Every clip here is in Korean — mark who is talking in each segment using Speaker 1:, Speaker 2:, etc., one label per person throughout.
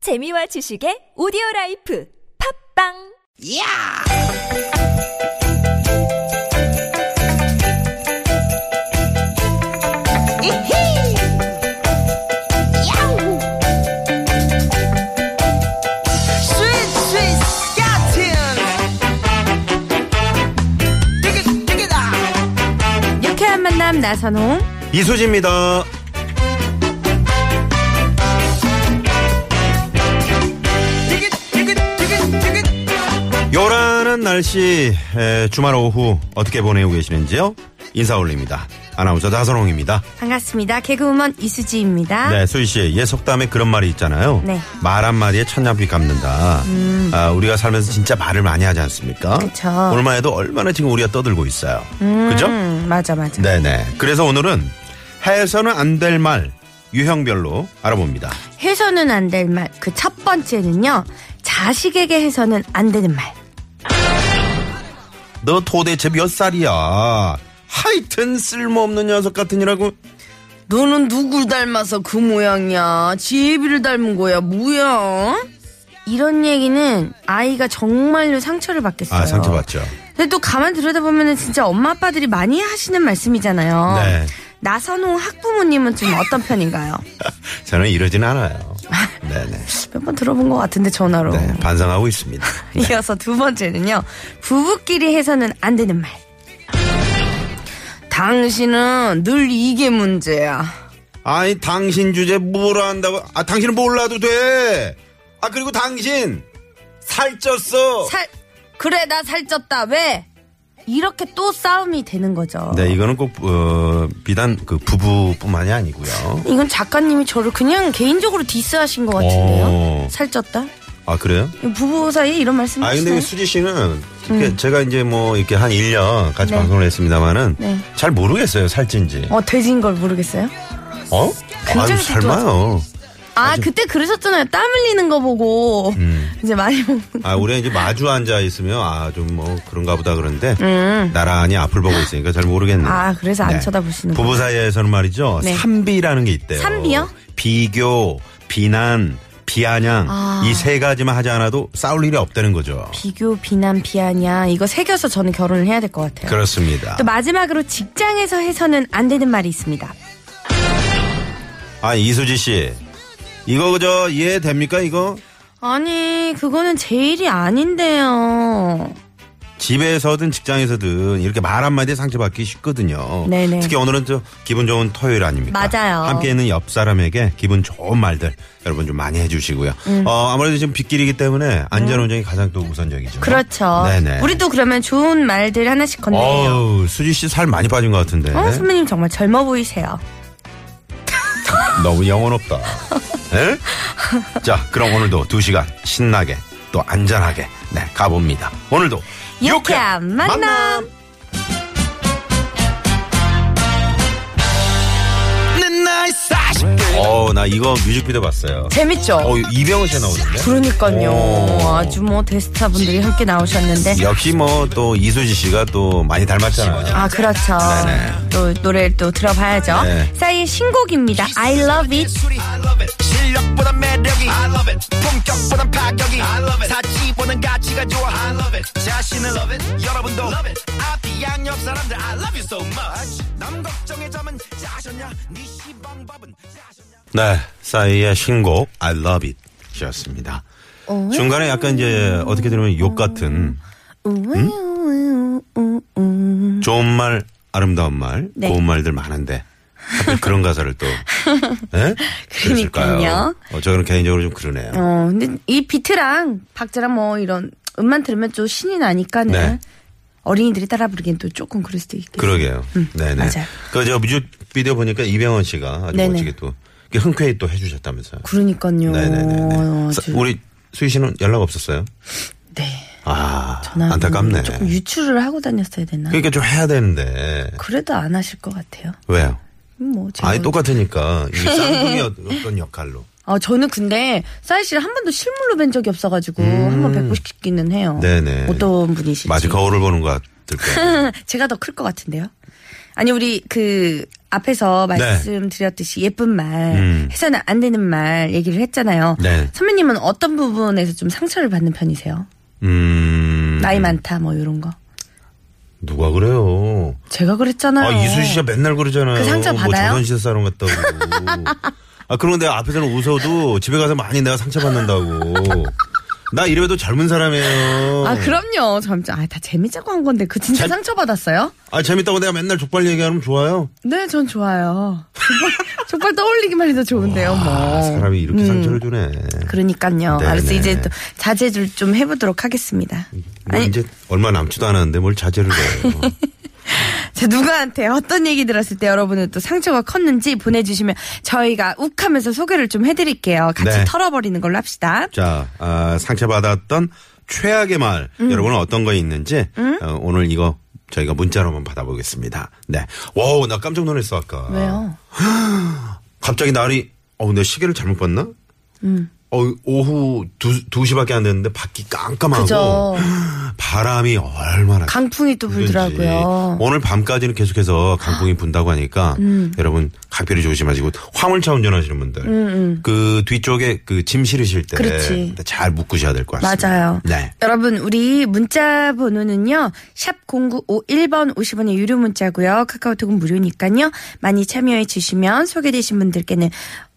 Speaker 1: 재미와 지식의 오디오 라이프 팝빵!
Speaker 2: 이야! 이히! 야우! 스윗, 스윗, 스카틴! 띠깃, 띠깃아!
Speaker 3: 유쾌한 만남 나선홍.
Speaker 4: 이수지입니다.
Speaker 2: 띠깃, 띠깃, 띠깃, 띠깃!
Speaker 4: 요란한 날씨 에, 주말 오후 어떻게 보내고 계시는지요? 인사 올립니다. 아나운서 나선홍입니다.
Speaker 3: 반갑습니다. 개그우먼 이수지입니다.
Speaker 4: 네, 소희 씨, 예속담에 그런 말이 있잖아요.
Speaker 3: 아. 네. 음.
Speaker 4: 말 한마디에 천냥비 갚는다. 아, 우리가 살면서 진짜 말을 많이 하지 않습니까?
Speaker 3: 그쵸.
Speaker 4: 오늘만 해도 얼마나 지금 우리가 떠들고 있어요. 그죠?
Speaker 3: 음, 맞아, 맞아.
Speaker 4: 네네. 그래서 오늘은 해서는 안 될 말 유형별로 알아봅니다.
Speaker 3: 해서는 안 될 말. 그 첫 번째는요. 자식에게 해서는 안 되는 말.
Speaker 4: 너 도대체 몇 살이야? 하여튼 쓸모없는 녀석 같으니라고
Speaker 3: 너는 누굴 닮아서 그 모양이야? 지혜비를 닮은 거야, 뭐야? 이런 얘기는 아이가 정말로 상처를 받겠어요.
Speaker 4: 아, 상처 받죠.
Speaker 3: 근데 또 가만 들여다보면 진짜 엄마 아빠들이 많이 하시는 말씀이잖아요.
Speaker 4: 네.
Speaker 3: 나선홍 학부모님은 좀 어떤 편인가요?
Speaker 4: 저는 이러진 않아요. 네네.
Speaker 3: 몇 번 들어본 것 같은데 전화로.
Speaker 4: 네, 반성하고 있습니다.
Speaker 3: 이어서 두 번째는요. 부부끼리 해서는 안 되는 말. 당신은 늘 이게 문제야.
Speaker 4: 아니, 당신 주제 뭐라 한다고. 아, 당신은 몰라도 돼! 아, 그리고 당신! 살쪘어!
Speaker 3: 살 그래 나 살쪘다 왜? 이렇게 또 싸움이 되는 거죠.
Speaker 4: 네, 이거는 꼭, 어, 비단 그 부부뿐만이 아니고요.
Speaker 3: 이건 작가님이 저를 그냥 개인적으로 디스하신 것 같은데요.
Speaker 4: 오.
Speaker 3: 살쪘다?
Speaker 4: 아, 그래요?
Speaker 3: 이거 부부 사이에 이런 말씀
Speaker 4: 아, 근데
Speaker 3: 하시나요?
Speaker 4: 이 수지 씨는 이렇게 제가 이제 뭐 이렇게 한 1년 같이 방송을 했습니다마는
Speaker 3: 네.
Speaker 4: 잘 모르겠어요, 살찐지.
Speaker 3: 어 돼지인 걸 모르겠어요?
Speaker 4: 어?
Speaker 3: 굉장히
Speaker 4: 아유, 설마요.
Speaker 3: 아 그때 그러셨잖아요. 땀 흘리는 거 보고 이제 많이 먹는
Speaker 4: 아, 우리 이제 마주 앉아 있으면 아, 좀 뭐 그런가 보다 그런데 나란히 앞을 보고 있으니까 잘 모르겠네요.
Speaker 3: 음. 아, 그래서 안 쳐다보시는
Speaker 4: 부부 사이에서는 말이죠.
Speaker 3: 네.
Speaker 4: 삼비라는 게 있대요.
Speaker 3: 삼비요?
Speaker 4: 비교, 비난, 비아냥
Speaker 3: 아.
Speaker 4: 이 세 가지만 하지 않아도 싸울 일이 없다는 거죠.
Speaker 3: 비교, 비난, 비아냥 이거 새겨서 저는 결혼을 해야 될 것 같아요.
Speaker 4: 그렇습니다.
Speaker 3: 또 마지막으로 직장에서 해서는 안 되는 말이 있습니다.
Speaker 4: 아, 이수지 씨. 이거 그저 이해됩니까 이거?
Speaker 3: 아니, 그거는 제 일이 아닌데요.
Speaker 4: 집에서든 직장에서든 이렇게 말 한마디에 상처받기 쉽거든요.
Speaker 3: 네네.
Speaker 4: 특히 오늘은 좀 기분 좋은 토요일 아닙니까?
Speaker 3: 맞아요.
Speaker 4: 함께 있는 옆 사람에게 기분 좋은 말들 여러분 좀 많이 해주시고요.
Speaker 3: 음.
Speaker 4: 어, 아무래도 지금 빗길이기 때문에 안전운전이 가장 또 우선적이죠.
Speaker 3: 그렇죠.
Speaker 4: 네네.
Speaker 3: 우리도 그러면 좋은 말들 하나씩 건네요.
Speaker 4: 어우, 수지 씨 살 많이 빠진 것 같은데.
Speaker 3: 어, 선배님 정말 젊어 보이세요.
Speaker 4: 너무 영혼 없다. 에? 자, 그럼 오늘도 두 시간 신나게 또 안전하게 네, 가봅니다. 오늘도
Speaker 3: 유쾌한 만남.
Speaker 2: 넌날 사십
Speaker 4: 어, 나 이거 뮤직비디오 봤어요.
Speaker 3: 재밌죠?
Speaker 4: 어, 이병헌 씨 나오는데.
Speaker 3: 그러니까요.
Speaker 4: 오.
Speaker 3: 아주 뭐 데스타 분들이 함께 나오셨는데.
Speaker 4: 역시 뭐 또 이수지 씨가 또 많이 닮았잖아요.
Speaker 3: 아, 그렇죠.
Speaker 4: 네네.
Speaker 3: 또 노래를 또 들어봐야죠.
Speaker 4: 네.
Speaker 3: 싸이의 신곡입니다. I love it.
Speaker 2: 술이 I love it. 실력보다 매력이 I love it. 품격보단 파격이 I love it. 사치보단 가치가 좋아 I love it. 자신을 love it. 여러분도 love it. 앞이 양옆 사람들 I love you so much. 남 걱정의 점은 짜셨냐? 네 시방법은 짜셨냐?
Speaker 4: 네, 싸이의 신곡 I Love It 였습니다. 중간에 약간 이제 어떻게 들으면 욕 같은 좋은 말, 아름다운 말,
Speaker 3: 네.
Speaker 4: 고운 말들 많은데 하필 그런 가사를 또 예?
Speaker 3: 그러니까요.
Speaker 4: 어, 저는 개인적으로 좀 그러네요.
Speaker 3: 어, 근데 이 비트랑 박자랑 뭐 이런 음만 들으면 좀 신이 나니까는
Speaker 4: 네.
Speaker 3: 어린이들이 따라 부르기엔 또 조금 그럴 수도 있겠
Speaker 4: 그러게요. 네네.
Speaker 3: 음, 맞아요.
Speaker 4: 그저 뮤직비디오 보니까 이병헌 씨가 아주
Speaker 3: 네네.
Speaker 4: 멋지게 또 이렇게 흔쾌히 또 해주셨다면서요.
Speaker 3: 그러니까요.
Speaker 4: 네네네.
Speaker 3: 아주-
Speaker 4: 우리 수희 씨는 연락 없었어요?
Speaker 3: 네.
Speaker 4: 아,
Speaker 3: 나
Speaker 4: 안타깝네.
Speaker 3: 조금 유출을 하고 다녔어야 되나?
Speaker 4: 그러니까 좀 해야 되는데
Speaker 3: 그래도 안 하실 것 같아요.
Speaker 4: 왜요?
Speaker 3: 음, 뭐 제가
Speaker 4: 아니 똑같으니까 이 쌍둥이 어떤 역할로?
Speaker 3: 아, 저는 근데 싸이 씨를 한 번도 실물로 뵌 적이 없어가지고 한 번 뵙고 싶기는 해요.
Speaker 4: 음. 네네.
Speaker 3: 어떤 분이실지.
Speaker 4: 마치 거울을 보는 것 같을 거예요.
Speaker 3: 제가 더 클 것 같은데요. 아니 우리 그 앞에서 말씀드렸듯이 예쁜 말
Speaker 4: 네. 음.
Speaker 3: 해서는 안 되는 말 얘기를 했잖아요.
Speaker 4: 네.
Speaker 3: 선배님은 어떤 부분에서 좀 상처를 받는 편이세요?
Speaker 4: 음.
Speaker 3: 나이 많다 뭐 이런 거.
Speaker 4: 누가 그래요?
Speaker 3: 제가 그랬잖아요.
Speaker 4: 아, 이수 씨가 맨날 그러잖아요.
Speaker 3: 네. 그 상처
Speaker 4: 뭐
Speaker 3: 받아요?
Speaker 4: 조선시대 사람 같다고. 아, 그런 내가 앞에서는 웃어도 집에 가서 많이 내가 상처받는다고. 나 이래도 젊은 사람이에요.
Speaker 3: 아 그럼요. 잠자 아다 재미자고 한 건데 그 진짜
Speaker 4: 재-
Speaker 3: 상처 받았어요?
Speaker 4: 아, 재밌다고 내가 맨날 족발 얘기하면 좋아요.
Speaker 3: 네, 전 좋아요. 족발, 족발 떠올리기만 해도 좋은데요,
Speaker 4: 아,
Speaker 3: 뭐.
Speaker 4: 사람이 이렇게 상처를 주네.
Speaker 3: 그러니까요.
Speaker 4: 네,
Speaker 3: 알았어,
Speaker 4: 네.
Speaker 3: 이제 또 자제를 좀 해보도록 하겠습니다.
Speaker 4: 뭐
Speaker 3: 아니,
Speaker 4: 이제 얼마 남지도 않았는데 뭘 자제를 해요.
Speaker 3: 자, 누구한테 어떤 얘기 들었을 때 여러분은 또 상처가 컸는지 보내주시면 저희가 욱하면서 소개를 좀 해드릴게요. 같이
Speaker 4: 네.
Speaker 3: 털어버리는 걸로 합시다.
Speaker 4: 자, 아, 상처받았던 최악의 말,
Speaker 3: 음.
Speaker 4: 여러분은 어떤 거 있는지, 어, 오늘 이거 저희가 문자로만 받아보겠습니다. 네. 와우, 나 깜짝 놀랐어, 아까.
Speaker 3: 왜요?
Speaker 4: 갑자기 날이, 어우, 내 시계를 잘못 봤나?
Speaker 3: 음.
Speaker 4: 어, 오후 두, 두 시밖에 안 됐는데 밖이 깜깜하고.
Speaker 3: 그죠.
Speaker 4: 바람이 얼마나.
Speaker 3: 강풍이 또
Speaker 4: 불든지.
Speaker 3: 불더라고요.
Speaker 4: 오늘 밤까지는 계속해서 강풍이 분다고 하니까
Speaker 3: 음.
Speaker 4: 여러분 각별히 조심하시고 화물차 운전하시는 분들 그 뒤쪽에 그 짐 실으실
Speaker 3: 음.
Speaker 4: 때
Speaker 3: 그렇지.
Speaker 4: 잘 묶으셔야 될 것 같습니다.
Speaker 3: 맞아요.
Speaker 4: 네.
Speaker 3: 여러분, 우리 문자 번호는요, 샵 0951번 50원의 유료 문자고요 카카오톡은 무료니까요. 많이 참여해 주시면 소개되신 분들께는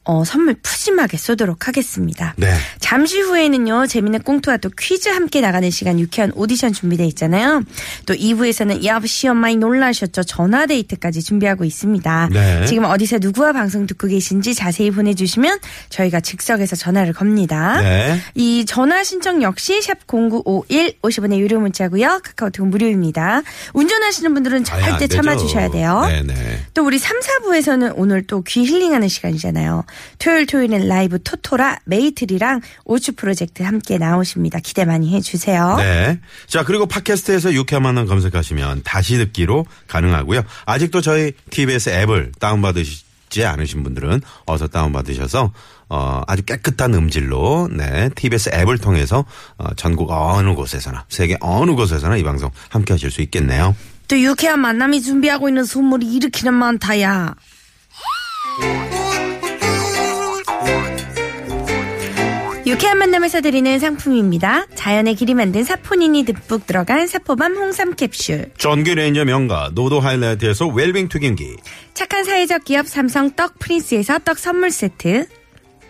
Speaker 3: 어, 선물 푸짐하게 쏘도록 하겠습니다.
Speaker 4: 네.
Speaker 3: 잠시 후에는요, 재미있는 꽁트와 또 퀴즈 함께 나가는 시간 유쾌한 오디션 준비되어 있잖아요. 또 2부에서는 야시엄 마이 놀라셨죠? 전화데이트까지 준비하고 있습니다.
Speaker 4: 네.
Speaker 3: 지금 어디서 누구와 방송 듣고 계신지 자세히 보내주시면 저희가 즉석에서 전화를 겁니다.
Speaker 4: 네.
Speaker 3: 이 전화 신청 역시 샵 0951 50원의 유료 문자고요. 카카오톡 무료입니다. 운전하시는 분들은
Speaker 4: 아예 안
Speaker 3: 절대
Speaker 4: 되죠.
Speaker 3: 참아주셔야 돼요.
Speaker 4: 네네.
Speaker 3: 또 우리 3, 4부에서는 오늘 또 귀 힐링하는 시간이잖아요. 토요일 토요일엔 라이브 토토라 메이트리랑 오츠 프로젝트 함께 나오십니다. 기대 많이 해주세요.
Speaker 4: 네. 자, 그리고 팟캐스트에서 유쾌한 만남 검색하시면 다시 듣기로 가능하고요. 아직도 저희 TBS 앱을 다운받으시지 않으신 분들은 어서 다운받으셔서 어, 아주 깨끗한 음질로 네, TBS 앱을 통해서 어, 전국 어느 곳에서나 세계 어느 곳에서나 이 방송 함께 하실 수 있겠네요.
Speaker 3: 또 유쾌한 만남이 준비하고 있는 선물이 이렇게나 많다야. 유쾌한 만남에서 드리는 상품입니다. 자연의 길이 만든 사포닌이 듬뿍 들어간 사포밤 홍삼 캡슐.
Speaker 4: 전기 레인저 명가 노도 하이라이트에서 웰빙 튀김기
Speaker 3: 착한 사회적 기업 삼성 떡 프린스에서 떡 선물 세트.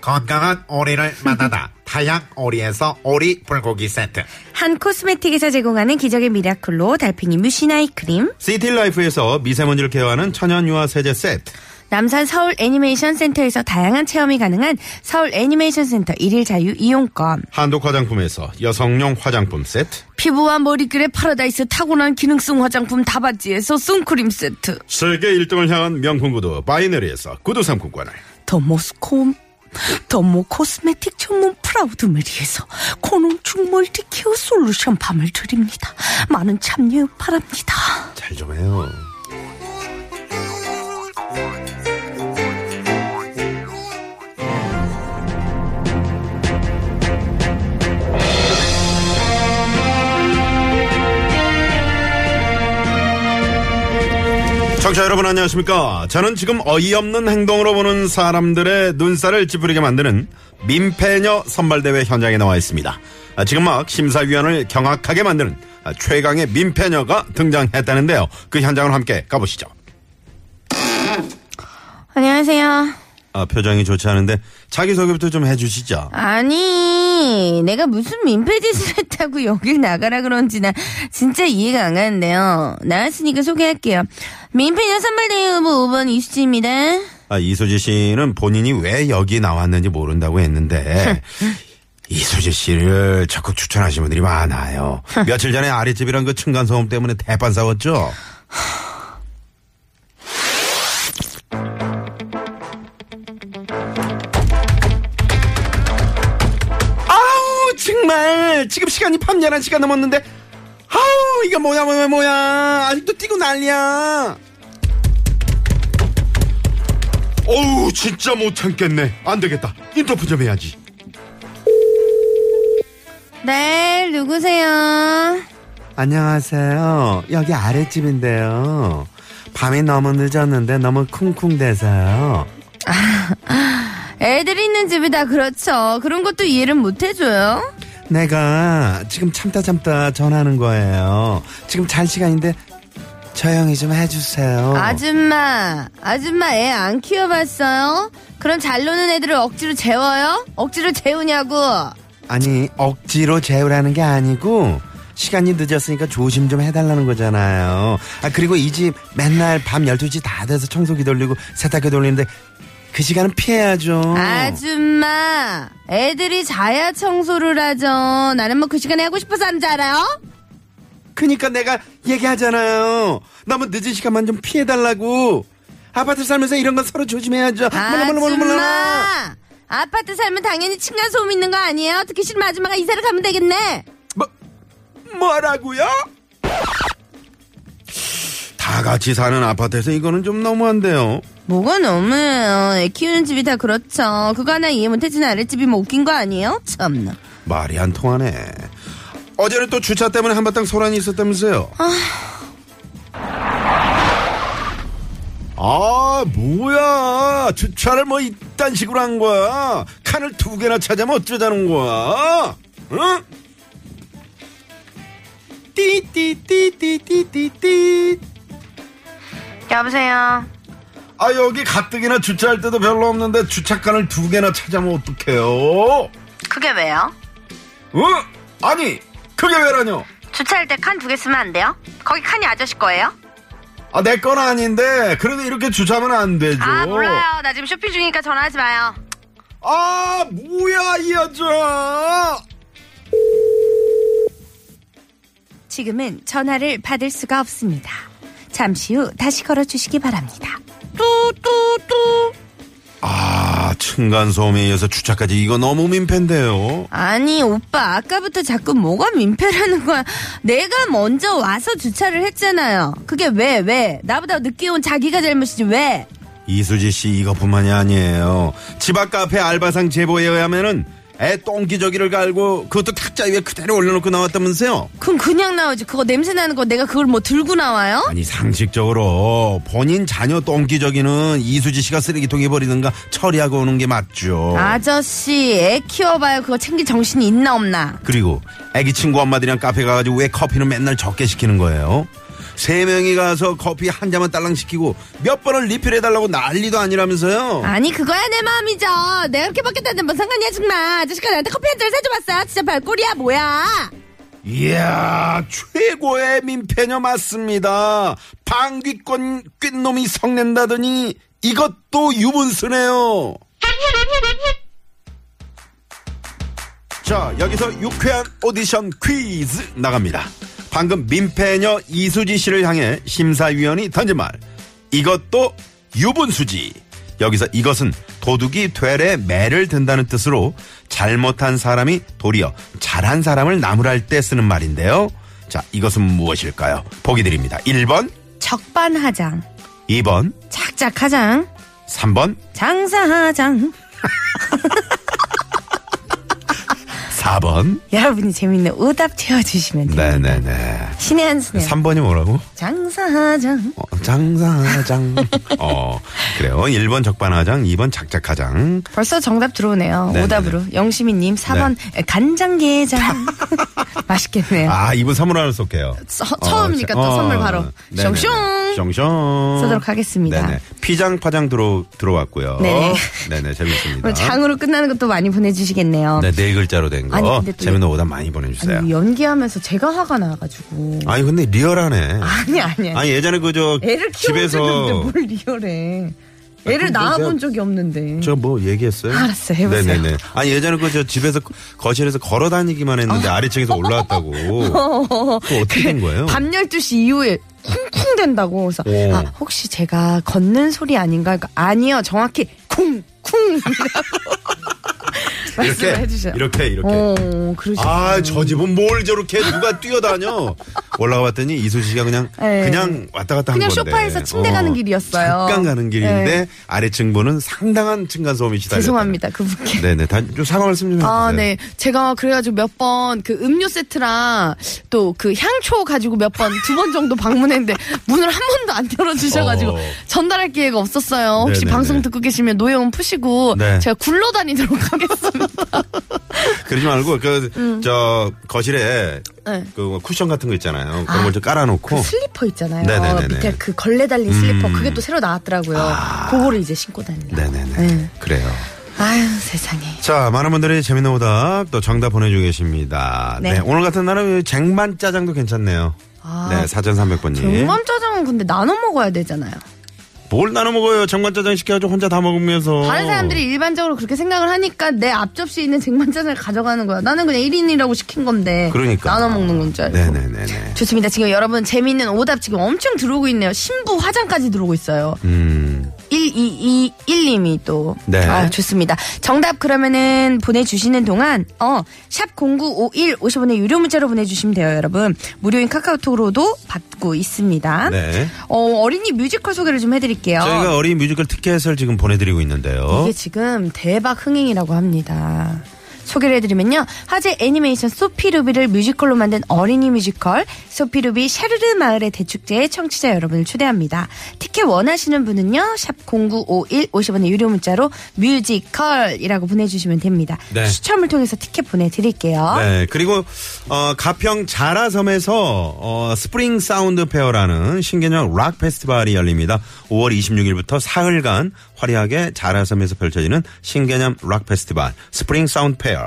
Speaker 5: 건강한 오리를 만나다 타양 오리에서 오리 불고기 세트
Speaker 3: 한 코스메틱에서 제공하는 기적의 미라클로 달팽이 뮤신 아이크림.
Speaker 4: 시티라이프에서 미세먼지를 케어하는 천연 유화 세제 세트
Speaker 3: 남산 서울 애니메이션 센터에서 다양한 체험이 가능한 서울 애니메이션 센터 일일 자유 이용권.
Speaker 4: 한독 화장품에서 여성용 화장품 세트
Speaker 3: 피부와 머릿결의 파라다이스 타고난 기능성 화장품 다바지에서 선크림 세트
Speaker 4: 세계 1등을 향한 명품 구두 바이너리에서 구두 상품권을
Speaker 3: 더 모스콤 더모 코스메틱 전문 프라우드메리에서 코농축 멀티케어 솔루션 밤을 드립니다 많은 참여 바랍니다
Speaker 4: 잘 좀 해요 청취자 여러분 안녕하십니까 저는 지금 어이없는 행동으로 보는 사람들의 눈살을 찌푸리게 만드는 민폐녀 선발대회 현장에 나와 있습니다 아, 지금 막 심사위원을 경악하게 만드는 아, 최강의 민폐녀가 등장했다는데요 그 현장을 함께 가보시죠
Speaker 3: 안녕하세요
Speaker 4: 아, 표정이 좋지 않은데 자기소개부터 좀 해주시죠
Speaker 3: 아니 내가 무슨 민폐짓을 했다고 여길 나가라 그런지 나 진짜 이해가 안 가는데요 나왔으니까 소개할게요 민폐녀 선발대회 후보 5번 이수지입니다
Speaker 4: 아, 이수지 씨는 본인이 왜 여기 나왔는지 모른다고 했는데 이수지 씨를 적극 추천하시는 분들이 많아요. 며칠 전에 아랫집이랑 그 층간소음 때문에 대판 싸웠죠? 아우 정말 지금 시간이 밤 11시가 넘었는데 아우 이거 뭐야 뭐야 뭐야 아직도 뛰고 난리야 어우 진짜 못 참겠네 안 되겠다 인터폰 좀 해야지
Speaker 3: 네, 누구세요?
Speaker 4: 안녕하세요 여기 아랫집인데요 밤이 너무 늦었는데 너무 쿵쿵대서요.
Speaker 3: 애들이 있는 집이 다 그렇죠. 그런 것도 이해를 못 해줘요.
Speaker 4: 내가 지금 참다 참다 전화하는 거예요. 지금 잘 시간인데 조용히 좀 해주세요.
Speaker 3: 아줌마, 아줌마 애 안 키워봤어요? 그럼 잘 노는 애들을 억지로 재워요? 억지로 재우냐고?
Speaker 4: 어. 아니 억지로 재우라는 게 아니고 시간이 늦었으니까 조심 좀 해달라는 거잖아요. 아 그리고 이 집 맨날 밤 12시 다 돼서 청소기 돌리고 세탁기 돌리는데 그 시간은 피해야죠.
Speaker 6: 아,
Speaker 3: 아줌마, 애들이 자야 청소를 하죠. 나는 뭐 그 시간에 하고 싶어서 하는 줄 알아요?
Speaker 4: 그니까 내가 얘기하잖아요. 너무 늦은 시간만 좀 피해달라고. 아파트 살면서 이런 건 서로 조심해야죠. 몰라 몰라 몰라 몰라.
Speaker 3: 아줌마, 아파트 살면 당연히 층간 소음 있는 거 아니에요? 듣기 싫으면 아줌마가 이사를 가면 되겠네.
Speaker 4: 뭐, 뭐라고요? 다 같이 사는 아파트에서 이거는 좀 너무한데요.
Speaker 3: 뭐가 너무해요. 애 키우는 집이 다 그렇죠. 그거 하나 이해 못해주는 아랫집이 뭐 웃긴 거 아니에요? 참나.
Speaker 4: 말이 안 통하네. 어제는 또 주차 때문에 한바탕 소란이 있었다면서요. 아, 뭐야. 주차를 뭐 이딴 식으로 한 거야. 칸을 두 개나 찾으면 어쩌자는 거야. 응? 띠띠띠띠띠띠띠.
Speaker 3: 여보세요.
Speaker 4: 아, 여기 가뜩이나 주차할 때도 별로 없는데 주차칸을 두 개나 찾으면 어떡해요?
Speaker 3: 그게 왜요?
Speaker 4: 응? 아니, 그게 왜라뇨?
Speaker 3: 주차할 때 칸 두 개 쓰면 안 돼요? 거기 칸이 아저씨 거예요?
Speaker 4: 아, 내 건 아닌데, 그래도 이렇게 주차하면 안 되죠.
Speaker 3: 아 몰라요. 나 지금 쇼핑 중이니까 전화하지 마요.
Speaker 4: 아, 뭐야, 이 여자!
Speaker 3: 지금은 전화를 받을 수가 없습니다. 잠시 후 다시 걸어주시기 바랍니다.
Speaker 4: 아, 층간소음에 이어서 주차까지 이거 너무 민폐인데요.
Speaker 3: 아니 오빠 아까부터 자꾸 뭐가 민폐라는 거야. 내가 먼저 와서 주차를 했잖아요. 그게 왜 왜? 나보다 늦게 온 자기가 잘못이지 왜?
Speaker 4: 이수지 씨, 이것뿐만이 아니에요. 집 앞 카페 알바상 제보에 의하면은, 애 똥기저귀를 갈고, 그것도 탁자 위에 그대로 올려놓고 나왔다면서요?
Speaker 3: 그럼 그냥 나오지. 그거 냄새 나는 거 내가 그걸 뭐 들고 나와요?
Speaker 4: 아니 상식적으로 본인 자녀 똥기저귀는 이수지 씨가 쓰레기통에 버리든가 처리하고 오는 게 맞죠.
Speaker 3: 아저씨 애 키워봐요. 그거 챙길 정신이 있나 없나?
Speaker 4: 그리고 애기 친구 엄마들이랑 카페 가가지고 왜 커피는 맨날 적게 시키는 거예요? 세 명이 가서 커피 한 잔만 딸랑 시키고 몇 번을 리필해달라고 난리도 아니라면서요?
Speaker 3: 아니 그거야 내 마음이죠. 내가 그렇게 받겠다는데 뭔 상관이야 정말. 아저씨가 나한테 커피 한 잔 사줘봤어요. 진짜 발꼴이야 뭐야.
Speaker 4: 이야 최고의 민폐녀 맞습니다. 방귀꾼 꿰놈이 성낸다더니 이것도 유분수네요. 자 여기서 유쾌한 오디션 퀴즈 나갑니다. 방금 민폐녀 이수지 씨를 향해 심사위원이 던진 말 이것도 유분수지. 여기서 이것은 도둑이 되레 매를 든다는 뜻으로 잘못한 사람이 도리어 잘한 사람을 나무랄 때 쓰는 말인데요. 자, 이것은 무엇일까요? 보기 드립니다. 1번,
Speaker 3: 적반하장,
Speaker 4: 2번,
Speaker 3: 작작하장,
Speaker 4: 3번,
Speaker 3: 장사하장.
Speaker 4: 4번.
Speaker 3: 여러분이 재밌는 오답 채워주시면 돼요.
Speaker 4: 네네네.
Speaker 3: 신의 한 수네.
Speaker 4: 3번이 뭐라고?
Speaker 3: 장사하장.
Speaker 4: 어, 장사장. 어, 그래요. 1번 적반하장, 2번 작작하장.
Speaker 3: 벌써 정답 들어오네요.
Speaker 4: 네네네. 네.
Speaker 3: 오답으로. 영시민님 4번 간장게장. 맛있겠네요.
Speaker 4: 아, 이분 선물 하나 쏠게요. 어,
Speaker 3: 서- 처음이니까 또 선물 바로.
Speaker 4: 네네네.
Speaker 3: 숑숑.
Speaker 4: 숑숑.
Speaker 3: 쏘도록 하겠습니다.
Speaker 4: 아. 네네. 피장 파장 들어 들어왔고요.
Speaker 3: 네네.
Speaker 4: 네네, 재밌습니다.
Speaker 3: 오늘 장으로 끝나는 것도 많이 보내주시겠네요.
Speaker 4: 네, 네 글자로 된
Speaker 3: 아니,
Speaker 4: 거.
Speaker 3: 근데 또
Speaker 4: 재밌는 오답 많이 보내주세요.
Speaker 3: 아니,
Speaker 4: 아니,
Speaker 3: 뭐 연기하면서 제가 화가 나가지고.
Speaker 4: 근데 리얼하네.
Speaker 3: 아니, 아니. 아니.
Speaker 4: 아. 아니 예전에 그저
Speaker 3: 애를 키워본 적이
Speaker 4: 집에서
Speaker 3: 없는데 뭘 리얼해.
Speaker 4: 아,
Speaker 3: 애를
Speaker 4: 그럼
Speaker 3: 낳아본
Speaker 4: 내가-
Speaker 3: 적이 없는데.
Speaker 4: 저 뭐 얘기했어요?
Speaker 3: 아, 알았어요, 해보세요.
Speaker 4: 네네네. 아니 예전에 그저 집에서 거실에서 걸어 다니기만 했는데 아래층에서 올라왔다고.
Speaker 3: 어,
Speaker 4: 그거 어떻게 된 거예요?
Speaker 3: 밤 12시 이후에 쿵쿵 된다고. 그래서
Speaker 4: 오.
Speaker 3: 아, 혹시 제가 걷는 소리 아닌가? 그러니까 아니요. 정확히 쿵쿵
Speaker 4: 이렇게
Speaker 3: 말씀해 주셔요.
Speaker 4: 이렇게 아, 이렇게.
Speaker 3: 어, 그러시
Speaker 4: 아 저 집은 뭘 저렇게 누가 뛰어다녀? 올라가 봤더니 이수지 씨가 그냥
Speaker 3: 네.
Speaker 4: 그냥 왔다 갔다 한
Speaker 3: 그냥
Speaker 4: 건데.
Speaker 3: 소파에서 침대 가는 길이었어요.
Speaker 4: 잠깐 가는 길인데
Speaker 3: 네.
Speaker 4: 아래층 분은 상당한 층간 소음이 시달렸다.
Speaker 3: 죄송합니다 그분께.
Speaker 4: 네네. 단, 좀 사과 말씀 좀 해주세요.
Speaker 6: 아, 네. 제가 그래가지고 몇 번 그 음료 세트랑 또 그 향초 가지고 몇 번, 두 번 정도 방문했는데 문을 한 번도 안 열어주셔가지고
Speaker 4: 어.
Speaker 6: 전달할 기회가 없었어요. 혹시
Speaker 4: 네네네.
Speaker 6: 방송 듣고 계시면 노여움 푸시고
Speaker 4: 네.
Speaker 6: 제가 굴러다니도록 하겠습니다.
Speaker 4: 그러지 말고 그
Speaker 3: 음.
Speaker 4: 저 거실에
Speaker 6: 네.
Speaker 4: 그 쿠션 같은 거 있잖아요. 그런 걸 좀 깔아놓고.
Speaker 6: 그 슬리퍼
Speaker 3: 어,
Speaker 6: 있잖아요.
Speaker 4: 네네네네.
Speaker 6: 밑에 그 걸레 달린 슬리퍼 그게 또 새로 나왔더라고요. 그거를 이제 신고 다니는.
Speaker 4: 네네네.
Speaker 6: 네.
Speaker 4: 그래요.
Speaker 6: 아유 세상에.
Speaker 4: 자, 많은 분들이 재밌는 오답 또 정답 보내주고 계십니다. 네.
Speaker 3: 네.
Speaker 4: 오늘 같은 날은 쟁반 짜장도 괜찮네요.
Speaker 6: 아.
Speaker 4: 네, 사전 300번님.
Speaker 6: 정말 짜장은 근데 나눠 먹어야 되잖아요.
Speaker 4: 뭘 나눠 먹어요? 쟁반 짜장 시켜가지고 혼자 다 먹으면서.
Speaker 6: 다른 사람들이 일반적으로 그렇게 생각을 하니까 내 앞접시에 있는 쟁반짜장을 가져가는 거야. 나는 그냥 1인이라고 시킨 건데.
Speaker 4: 그러니까.
Speaker 6: 나눠 먹는 건 줄 알고.
Speaker 4: 네네네네.
Speaker 6: 좋습니다. 지금 여러분 재미있는 오답 지금 엄청 들어오고 있네요. 신부 화장까지 들어오고 있어요.
Speaker 4: 음.
Speaker 6: 1221님이 또.
Speaker 4: 네.
Speaker 6: 아, 좋습니다. 정답 그러면은 보내주시는 동안, 어, 샵0951 50원의 유료 문자로 보내주시면 돼요, 여러분. 무료인 카카오톡으로도 받고 있습니다.
Speaker 4: 네.
Speaker 6: 어, 어린이 뮤지컬 소개를 좀 해드릴게요.
Speaker 4: 저희가 어린 뮤지컬 티켓을 지금 보내드리고 있는데요.
Speaker 6: 이게 지금 대박 흥행이라고 합니다. 소개를 해드리면요. 화제 애니메이션 소피 루비를 뮤지컬로 만든 어린이 뮤지컬 소피 루비 샤르르 마을의 대축제에 청취자 여러분을 초대합니다. 티켓 원하시는 분은요. 샵 0951 50원의 유료 문자로 뮤지컬이라고 보내주시면 됩니다.
Speaker 4: 네.
Speaker 6: 추첨을 통해서 티켓 보내드릴게요.
Speaker 4: 네. 그리고 어, 가평 자라섬에서 어, 스프링 사운드 페어라는 신개념 락 페스티벌이 열립니다. 5월 26일부터 사흘간 화려하게 자라섬에서 펼쳐지는 신개념 락 페스티벌 스프링 사운드 페어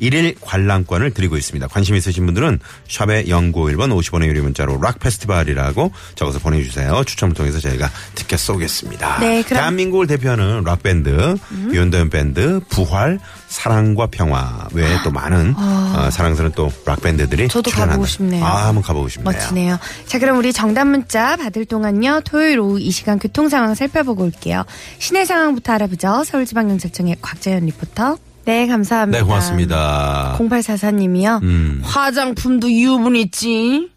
Speaker 4: 1일 관람권을 드리고 있습니다. 관심 있으신 분들은 샵에 0951번 50원의 유료 문자로 락 페스티벌이라고 적어서 보내주세요. 추첨을 통해서 저희가 티켓 쏘겠습니다.
Speaker 6: 네, 그럼- 음.
Speaker 4: 대한민국을 대표하는 락 밴드, 윤도현 밴드, 부활, 사랑과 평화 외에 또 많은 어, 사랑스러운 또락 밴드들이
Speaker 6: 아. 저도
Speaker 4: 출연한다.
Speaker 6: 가보고 싶네요.
Speaker 4: 아, 한번 가보고 싶네요.
Speaker 6: 멋지네요. 자, 그럼 우리 정답 문자 받을 동안요. 토요일 오후 이 시간 교통 상황 살펴보고 올게요. 시내 상황부터 알아보죠. 서울지방경찰청의 곽재현 리포터. 네, 감사합니다.
Speaker 4: 네, 고맙습니다.
Speaker 6: 0844님이요.
Speaker 4: 음.
Speaker 6: 화장품도 유분 있지.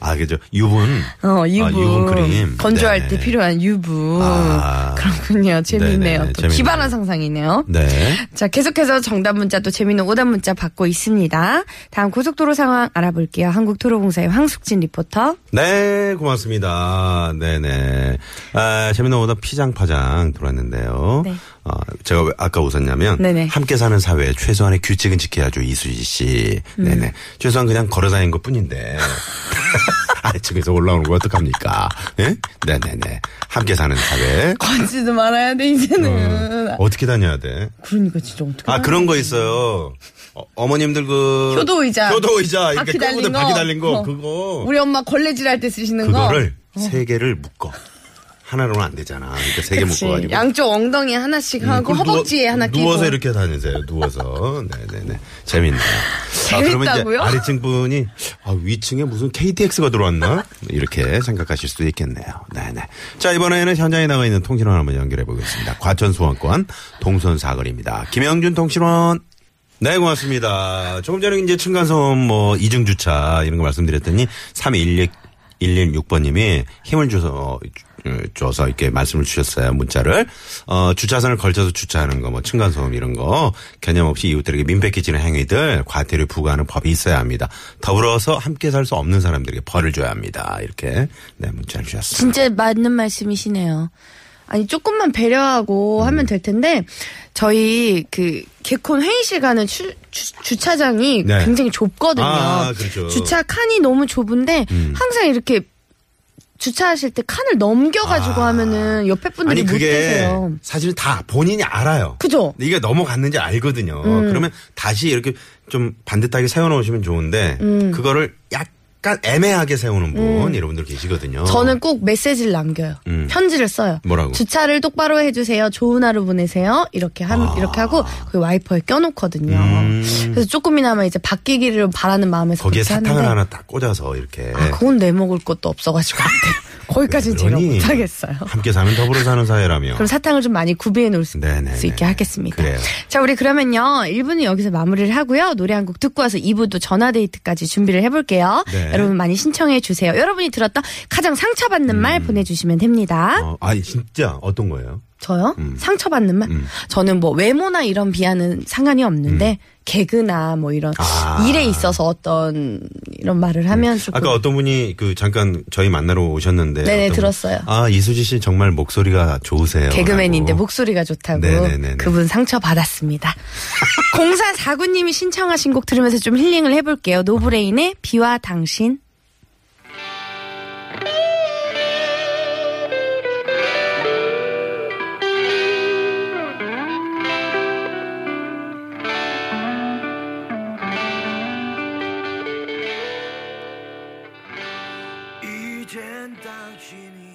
Speaker 4: 아, 그죠. 유분.
Speaker 6: 어, 유분.
Speaker 4: 아, 유분 크림.
Speaker 6: 건조할
Speaker 4: 네.
Speaker 6: 때 필요한 유분.
Speaker 4: 아.
Speaker 6: 어, 그렇군요. 재밌네요.
Speaker 4: 네네네,
Speaker 6: 또
Speaker 4: 재밌네요.
Speaker 6: 기발한 상상이네요.
Speaker 4: 네.
Speaker 6: 자, 계속해서 정답 문자 또 재미있는 오답 문자 받고 있습니다. 다음 고속도로 상황 알아볼게요. 한국도로공사의 황숙진 리포터.
Speaker 4: 네, 고맙습니다. 네네. 아, 재밌는 오다 피장파장 돌았는데요.
Speaker 6: 네.
Speaker 4: 어, 제가 왜 아까 웃었냐면.
Speaker 6: 네네.
Speaker 4: 함께 사는 사회에 최소한의 규칙은 지켜야죠, 이수지 씨.
Speaker 6: 음.
Speaker 4: 네네. 최소한 그냥 걸어 다닌 것 뿐인데. 아래층에서 올라오는 거 어떡합니까? 예? 네네네. 함께 사는 사회.
Speaker 6: 건지도 말아야 돼 네, 이제는.
Speaker 4: 어떻게 다녀야 돼?
Speaker 6: 그러니까 진짜 어떡해.
Speaker 4: 아, 그런 거 있어요. 어, 머님들그
Speaker 6: 효도의자.
Speaker 4: 효도의자. 이렇게
Speaker 6: 바퀴 달린
Speaker 4: 끄고도 바퀴
Speaker 6: 거.
Speaker 4: 달린 거.
Speaker 6: 어.
Speaker 4: 그거.
Speaker 6: 우리 엄마 걸레질 할 때 쓰시는
Speaker 4: 그거를
Speaker 6: 거.
Speaker 4: 세 개를 묶어. 하나로는 안 되잖아. 그러니까 세 개
Speaker 6: 그치.
Speaker 4: 묶어가지고.
Speaker 6: 네.
Speaker 4: 음,
Speaker 6: 양쪽 엉덩이 하나씩 하고
Speaker 4: 그럼
Speaker 6: 허벅지에
Speaker 4: 누워-
Speaker 6: 하나 끼고.
Speaker 4: 누워서 이렇게 다니세요. 누워서. 네네네. 재밌네요.
Speaker 6: 재밌다고요?
Speaker 4: 아, 그러면 이제 아래층 분이 아, 위층에 무슨 KTX가 들어왔나? 이렇게 생각하실 수도 있겠네요. 네네. 자, 이번에는 현장에 나가 있는 통신원 한번 연결해 보겠습니다. 과천 수원권 동선 사거리입니다. 김영준 통신원. 네, 고맙습니다. 조금 전에 이제 층간소음 뭐 이중주차 이런 거 말씀드렸더니 3116 116번님이 힘을 줘서 어, 줘서 이렇게 말씀을 주셨어요 문자를 어, 주차선을 걸쳐서 주차하는 거 뭐 층간소음 이런 거 개념 없이 이웃들에게 민폐 끼치는 행위들 과태료 부과하는 법이 있어야 합니다 더불어서 함께 살 수 없는 사람들에게 벌을 줘야 합니다 이렇게 네 문자를 주셨습니다
Speaker 6: 진짜 맞는 말씀이시네요. 아니 조금만 배려하고
Speaker 4: 음.
Speaker 6: 하면 될 텐데 저희 그 개콘 회의실 가는 추- 주, 주차장이
Speaker 4: 네.
Speaker 6: 굉장히 좁거든요.
Speaker 4: 아, 그렇죠.
Speaker 6: 주차 칸이 너무 좁은데
Speaker 4: 음.
Speaker 6: 항상 이렇게 주차하실 때 칸을 넘겨가지고
Speaker 4: 아.
Speaker 6: 하면은 옆에 분들이
Speaker 4: 아니
Speaker 6: 못
Speaker 4: 그게
Speaker 6: 계세요.
Speaker 4: 사실 다 본인이 알아요
Speaker 6: 그죠?
Speaker 4: 근데 이게 넘어갔는지 알거든요
Speaker 3: 음.
Speaker 4: 그러면 다시 이렇게 좀 반듯하게 세워놓으시면 좋은데
Speaker 3: 음.
Speaker 4: 그거를 약간 애매하게 세우는 분 여러분들 계시거든요
Speaker 6: 저는 꼭 메시지를 남겨요.
Speaker 4: 어. 음.
Speaker 6: 편지를 써요.
Speaker 4: 뭐라고?
Speaker 6: 주차를 똑바로 해주세요. 좋은 하루 보내세요. 이렇게 함,
Speaker 4: 아.
Speaker 6: 이렇게 하고 그 와이퍼에 껴놓거든요. 그래서 조금이나마 이제 바뀌기를 바라는
Speaker 4: 음.
Speaker 6: 마음에서
Speaker 4: 거기에
Speaker 6: 그렇게
Speaker 4: 사탕을
Speaker 6: 하는데
Speaker 4: 하나 딱 꽂아서 이렇게
Speaker 6: 아, 그건 내 먹을 것도 없어가지고 안 돼.
Speaker 3: 네. 거기까지는
Speaker 4: 왜
Speaker 3: 제가
Speaker 4: 그러니?
Speaker 3: 못하겠어요.
Speaker 4: 함께 사면 더불어 사는 사회라며.
Speaker 3: 그럼 사탕을 좀 많이 구비해 놓을 수,
Speaker 4: 네네네.
Speaker 3: 수 있게 하겠습니다.
Speaker 4: 그래요.
Speaker 3: 자, 우리 그러면요. 1부는 여기서 마무리를 하고요. 노래 한 곡 듣고 와서 2부도 전화데이트까지 준비를 해볼게요.
Speaker 4: 네.
Speaker 3: 여러분 많이 신청해 주세요. 여러분이 들었던 가장 상처받는 말 보내주시면 됩니다.
Speaker 4: 음. 어, 음. 아니 진짜 어떤 거예요?
Speaker 3: 저요? 상처받는 말? 저는 뭐 외모나 이런 비하는 상관이 없는데 개그나 뭐 이런
Speaker 4: 음. 아. 네.
Speaker 3: 일에 있어서 어떤 이런 말을 하면 조금
Speaker 4: 아까 어떤 분이 그 잠깐 저희 만나러 오셨는데
Speaker 3: 네네,
Speaker 4: 어떤 분,
Speaker 3: 들었어요.
Speaker 4: 아 이수지 씨 정말 목소리가 좋으세요.
Speaker 3: 개그맨인데
Speaker 4: 라고.
Speaker 3: 목소리가 좋다고
Speaker 4: 네네네네.
Speaker 3: 그분 상처 받았습니다. 공사 사구님이 신청하신 곡 들으면서 좀 힐링을 해볼게요. 노브레인의 비와 당신.
Speaker 2: 이젠 당신이